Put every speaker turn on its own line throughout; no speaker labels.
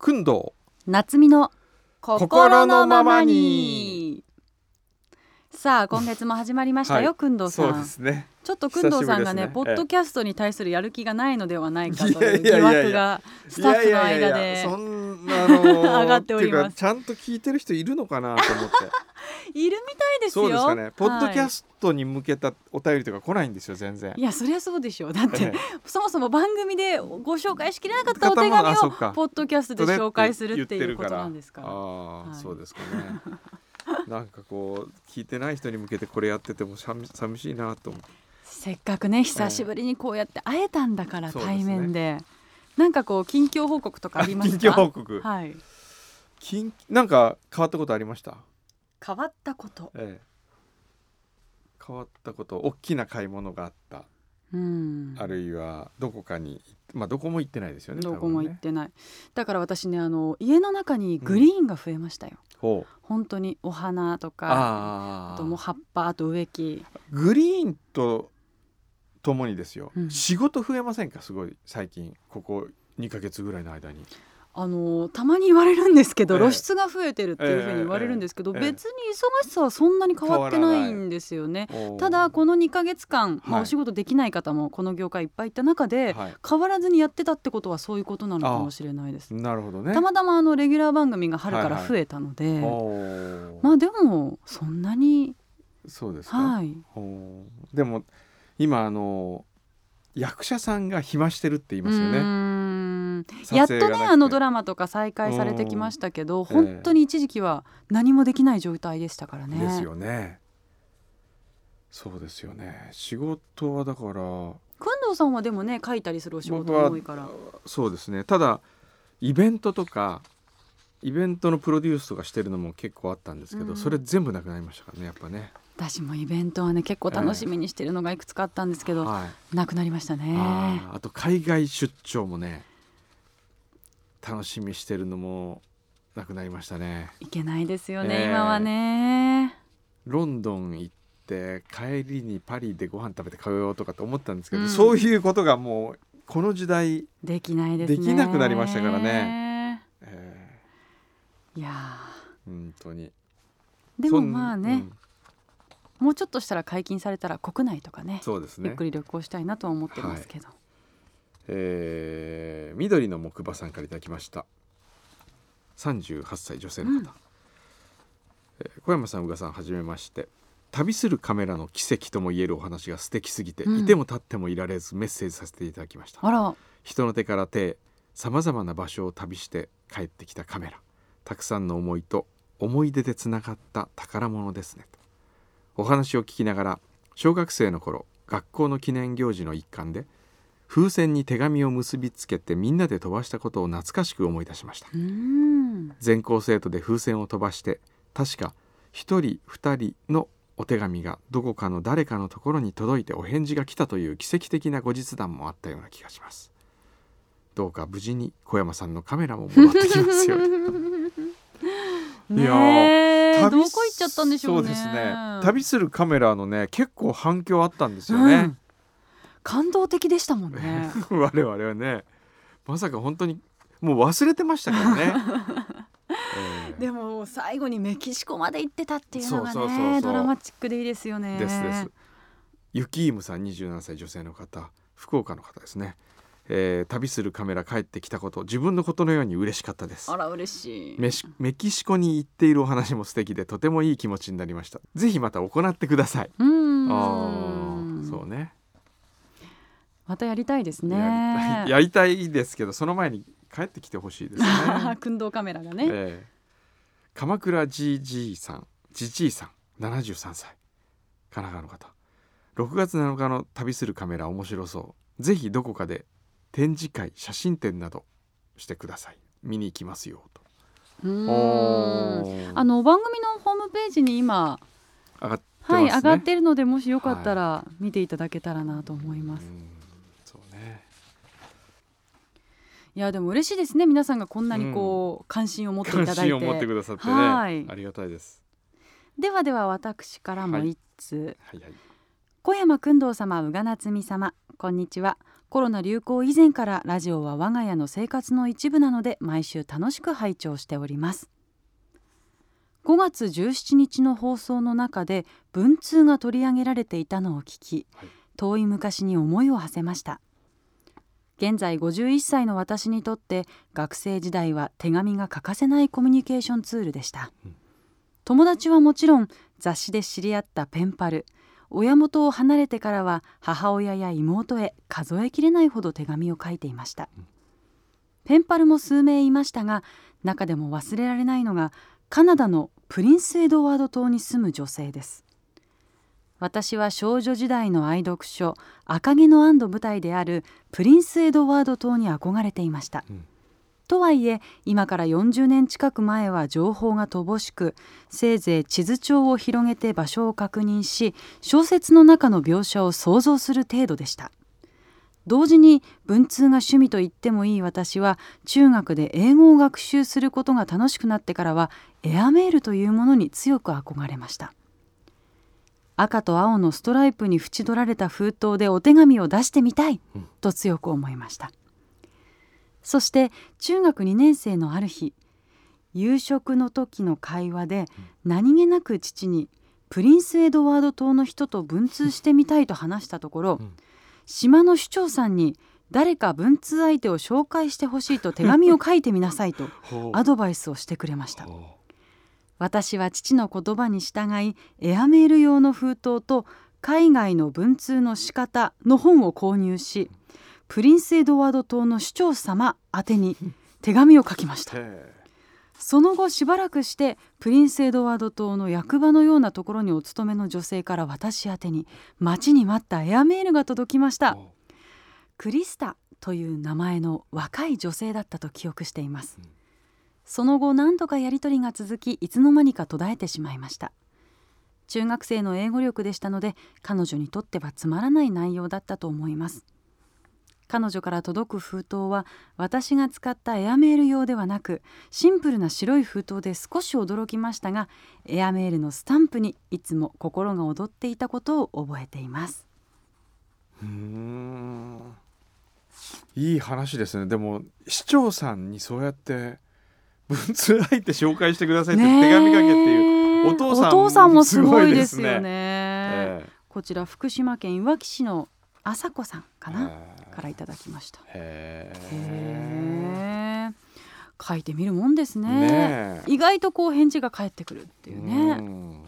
運動
夏美の
心のままに
さあ今月も始まりましたよ、
は
くんどうさ
そうで
ん
すね
ちょっとくんどうさんが
久しぶりで
ね
すね
ポッドキャストに対するやる気がないのではないかと
いや
いう
い
疑
やいやいや
惑がスタッフの
いや
間
いやいや
で
そんなあの
上がっております
ていうかちゃんと聞いてる人いるのかなと思って
いるみたい です
そうです
よ
かねポッドキャ
ス
ストに向けたお便りとか来ないんですよ全然
い、いやそりゃそうでしょうだって
ええ
そもそも番組でご紹介しきれなかったお手
方もあそ
紙
っか
をポッドキャストで紹介するっていうことなんですから
ああ、
はい
そうですかね なんかこう聞いてない人に向けてこれやってても寂寂しいなと思って
せっかくね久しぶりにこうやって会えたんだから
そうですね
対面で,、なんかこう近況報告とかありますか
緊急報告
はい
緊なんか変わったことありました、
変わったこと
ええ、変わったこと大きな買い物があった
うん
あるいはどこかにまあどこも行ってないですよね
どこも行っ
多
てない、だから私ねあの家の中にグリーンが増えましたよ、
分ねほう
本当にお花とかあ
あ
ともう葉っぱあと植木
グリーンとともにですよ、
うん
仕事増えませんかすごい最近ここ2ヶ月ぐらいの間に
あのたまに言われるんですけど、
ええ
露出が増えてるっていうふうに言われるんですけど、
ええええ
別に忙しさはそんなに変わってないんですよねただこの2ヶ月間、ま
は
あ、
い
お仕事できない方もこの業界いっぱいいた中で、
はい
変わらずにやってたってことはそういうことなのかもしれないです。
なるほどね
たまたまあのレギュラー番組が春か
は
ら
いはい
増えたので、
おー
まあでもそんなに
そうですか、
はい
おーでも今あの役者さんが暇してるって言いますよ
うー
ね
んやっとねあのド
ラ
ラマとか再開されてきましたけど
ん
本当に一時期は何もできない状態でしたからね。
ですよねそうですよね仕事はだから
くんどうさんはでもね書いたりするお仕事
僕
も
は
多いから。
そうですねただイベントとかイベントのプロデュースとかしてるのも結構あったんですけど、
うん
それ全部なくなりましたからねやっぱね、
私もイベントはね結構楽しみにしてるのがいくつかあったんですけど、
はい
なくなりましたね。
あーあと海外出張もね楽しみしてるのもなくなりましたね
いけないですよね、
ええ
今はね。
ロンドン行って帰りにパリでご飯食べて通ようとかと思ったんですけど、
うん
そういうことがもうこの時代、
できないですね。
できなくなりましたからね。え
いや
ー本当に
ーで
そ
も
ん
まあ
う
ね
ん、
もうちょっとしたら解禁されたら国内とかね
そうです
ゆっ
ね
くり旅行したいなとは思ってますけど、
えー、緑の木馬さんからいただきました38歳女性の方、
うん
えー小山さん宇賀さんはじめまして旅するカメラの奇跡ともいえるお話が素敵すぎて、
うん
いても立ってもいられずメッセージさせていただきました
あら
人の手から手さまざまな場所を旅して帰ってきたカメラたくさんの思いと思い出でつながった宝物ですねとお話を聞きながら小学生の頃学校の記念行事の一環で風船に手紙を結びつけてみんなで飛ばしたことを懐かしく思い出しました
うーん
全校生徒で風船を飛ばして確か1人2人のお手紙がどこかの誰かのところに届いてお返事が来たという奇跡的な後日談もあったような気がしますどうか無事に小山さんのカメラも戻ってきます ようにいや
ねえどこ行っちゃったんでしょうね
そうですね旅するカメラのね結構反響あったんですよ
う
ね
ん、感動的でしたもん ね
我々はねまさか本当にもう忘れてましたから ね、ええ
でも最後にメキシコまで行ってたっていうのがね
そうそうそうそう
ドラマチックでいいですよね
ですです。ユキイムさん27歳女性の方福岡の方ですね、えー旅するカメラ帰ってきたこと自分のことのように嬉しかったです
あら嬉しい
メシメキシコに行っているお話も素敵でとてもいい気持ちになりましたぜひまた行ってください、
うー
あ
ん
ーそうね
またやりたいですね
やりたいやりたいですけどその前に帰ってきてほしいですね、
訓導カメラがね、
えー、鎌倉じいじいさんじじいさん73歳神奈川の方6月7日の旅するカメラ面白そうぜひどこかで展示会写真展などしてください見に行きますよと
うーん
おー
あの番組のホームページに今、
上がってます
は
ね
い、上がってるのでもしよかったら見ていただけたらなと思いま
う
す、い、
んそうね
やでも嬉しいですね皆さんがこんなにこう、関心を持っていた
関
だい
心を持って
て
くださってね
はい
ありがたいです
ではでは私からも
はい
一通、
はいはい
小山君堂様宇賀夏美様こんにちはコロナ流行以前からラジオは我が家の生活の一部なので毎週楽しく拝聴しております5月17日の放送の中で文通が取り上げられていたのを聞き、
はい
遠い昔に思いを馳せました現在51歳の私にとって学生時代は手紙が欠かせないコミュニケーションツールでした、
うん
友達はもちろん雑誌で知り合ったペンパル親元を離れてからは母親や妹へ数えきれないほど手紙を書いていました、ペンパルも数名いましたが中でも忘れられないのがカナダのプリンスエドワード島に住む女性です私は少女時代の愛読書「赤毛のアンド」舞台であるプリンス・エドワード島に憧れていました、
うん
とはいえ今から40年近く前は情報が乏しくせいぜい地図帳を広げて場所を確認し小説の中の描写を想像する程度でした同時に文通が趣味と言ってもいい私は中学で英語を学習することが楽しくなってからはエアメールというものに強く憧れました赤と青のストライプに縁取られた封筒でお手紙を出してみたい
うん
と強く思いました、そして中学2年生のある日夕食の時の会話で何気なく父にプリンスエドワード島の人と文通してみたいと話したところ、
うん
島の首長さんに誰か文通相手を紹介してほしいと手紙を書いてみなさいと
ほう
アドバイスをしてくれました
ほ
私は父の言葉に従いエアメール用の封筒と海外の文通の仕方の本を購入しプリンスエドワード島の首長様宛てに手紙を書きまし
う
た
へえ
その後しばらくしてプリンスエドワード島の役場のようなところにお勤めの女性から私宛てに待ちに待ったエアメールが届きました
ほう
クリスタという名前の若い女性だったと記憶しています、
うん
その後何度かやり取りが続きいつの間にか途絶えてしまいました中学生の英語力でしたので彼女にとってはつまらない内容だったと思います彼女から届く封筒は私が使ったエアメール用ではなくシンプルな白い封筒で少し驚きましたがエアメールのスタンプにいつも心が躍っていたことを覚えています
うーんいい話ですねでも市長さんにそうやって文通相手紹介してくださいって
ねえ
手紙かけっていう、お父さんも
もすごいです
すご
よね
いですねえ
こちら福島県いわき市のあさこさんかな、
え
からいただきました
へえ
へえ書いてみるもんですね
ねえ
意外とこう返事が返ってくるっていう
う
ね
ん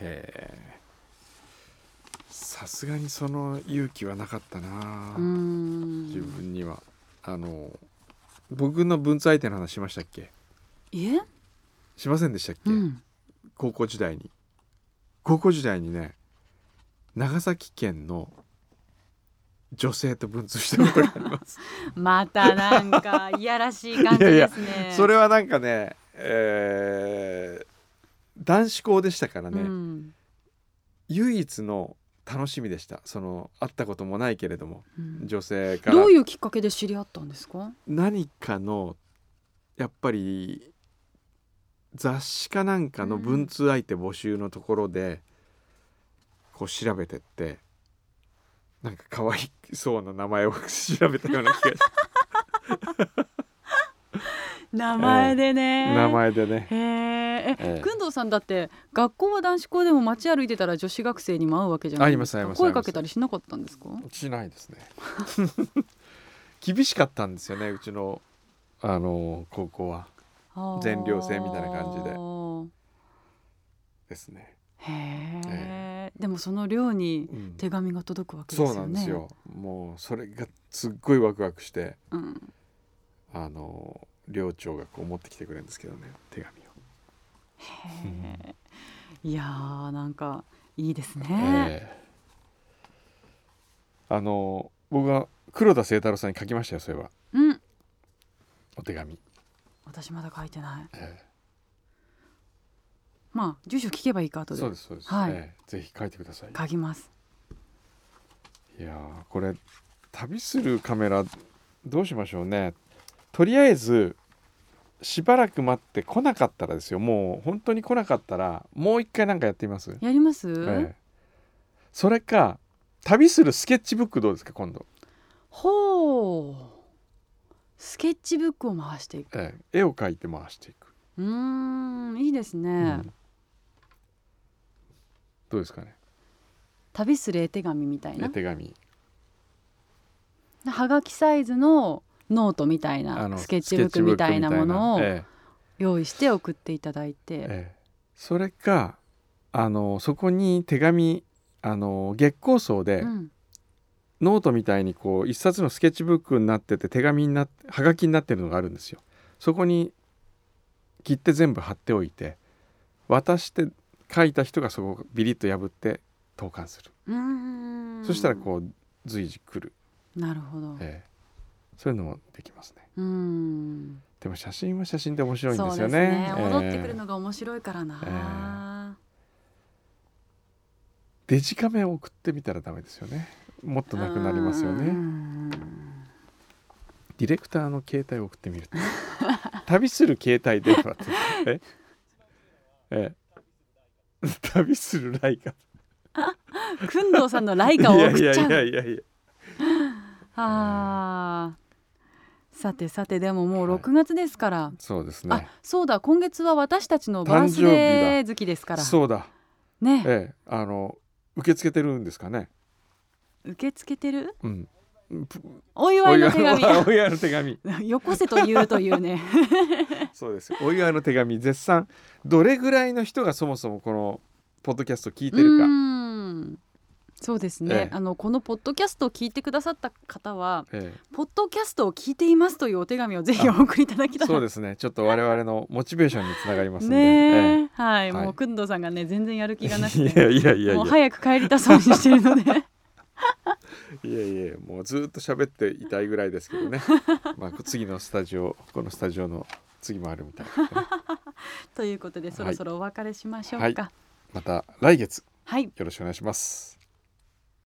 へえさすがにその勇気はなかったな、
うー
自
ん
分にはあの僕の文通相手の話しましたっけ
いえ、
しませんでしたっけ、
うん、
高校時代に高校時代にね長崎県の女性と文通したことがあり ます
またなんかいやらしい感じ
いやいや
ですね
それはなんかね、えー男子校でしたからね、
うん
唯一の楽しみでしたその会ったこともないけれども
うん
女性から
どういうきっかけで知り合ったんですか
何かのやっぱり雑誌かなんかの文通相手募集のところでこう調べてってなんか可愛そうな名前を調べたような気がし
名前でね、
名前でね
へー
え
え、
え
くんどうさんだって学校は男子校でも街歩いてたら女子学生にも会うわけじゃないですか。
会います会います
声かけたりしなかったんですか。
しないですね 厳しかったんですよねうちのあの高校は全寮制みたいな感じで
じ
ですね、
で。へえ。でもその寮に
うん
手紙が届くわけですよ
そ
ね。
うなんです。よもうそれがすっごいワクワクして
うん、
あの寮長がこう持ってきてくれるんですけどね手紙を、
へえ。いやーなんかいいですね。
ええあの僕は黒田清太郎さんに書きましたよそういえば
うん。
お手紙、
私まだ書いてない。
ええ
まあ住所聞けばいいか後で
そうですそうです、
はい
ええぜひ書いてください
書きます。
いやーこれ旅するカメラどうしましょうねとりあえずしばらく待って来なかったらですよもう本当に来なかったらもう一回なんかやってみます
やります？
ええそれか旅するスケッチブックどうですか今度、
ほうスケッチブックを回していく
ええ絵を描いて回していく、
うーんいいですね、
うんどうですかね
旅する絵手紙みたいな
絵手紙
はがきサイズのノートみたいなスケッチブックみたいなものを
スケッチブックみたいなええ
用意して送っていただいて、
ええ、それかあのそこに手紙あの月光荘で、
うん、
ノートみたいにこう一冊のスケッチブックになってて手紙になってはがきになってるのがあるんですよ。そこに切って全部貼っておいて渡して書いた人がそこをビリッと破って投函する、
うーん
そしたらこう随時来る、
うなるほど、
ええ、そういうのもできますね
うーん
でも写真は写真で面白いんです
そう
よ
です
ね
ね
ええ
戻ってくるのが面白いからな、
デジカメを送ってみたらダメですよねもっとなくなりますよ
うー
ね
ん
ディレクターの携帯を送ってみる旅する携帯電話ってえええ旅するライカ
くんどうさんのライカを送っ
いや
ち
い
ゃ
や
う
いやいやいや
あーさてさてでももう
はい
6月ですから、
そうです
あ
ね
そうだ今月は私たちのバースデー好きですから
そうだ
ね
ええあの受け付けてるんですかね
受け付けてる
うん
お祝いの手
お祝い
紙
お祝いの手紙
よこせと言うというね
そうですよお祝いの手紙絶賛どれぐらいの人がそもそもこのポッドキャスト聞いうてるか
ーんそうですね、
ええ
あのこのポッドキャストを聞いてくださった方は
え
ポッドキャストを聞いていますというお手紙をぜひお送りいただき
え
たい
そうですねちょっと我々のモチベーションにつながりますんで
ねえ、はい、
はい
もうくんどうさんがね全然やる気がなくて
いやいやいやい
も
や
う早く帰りたそうにしてるので
いやいやもうずっと喋っていたいぐらいですけど ねまあ次のスタジオこのスタジオの次もあるみたいなのでね、
ということでそろそろお別れしましょうか、
はいまた来月
はい
よろしくお願いします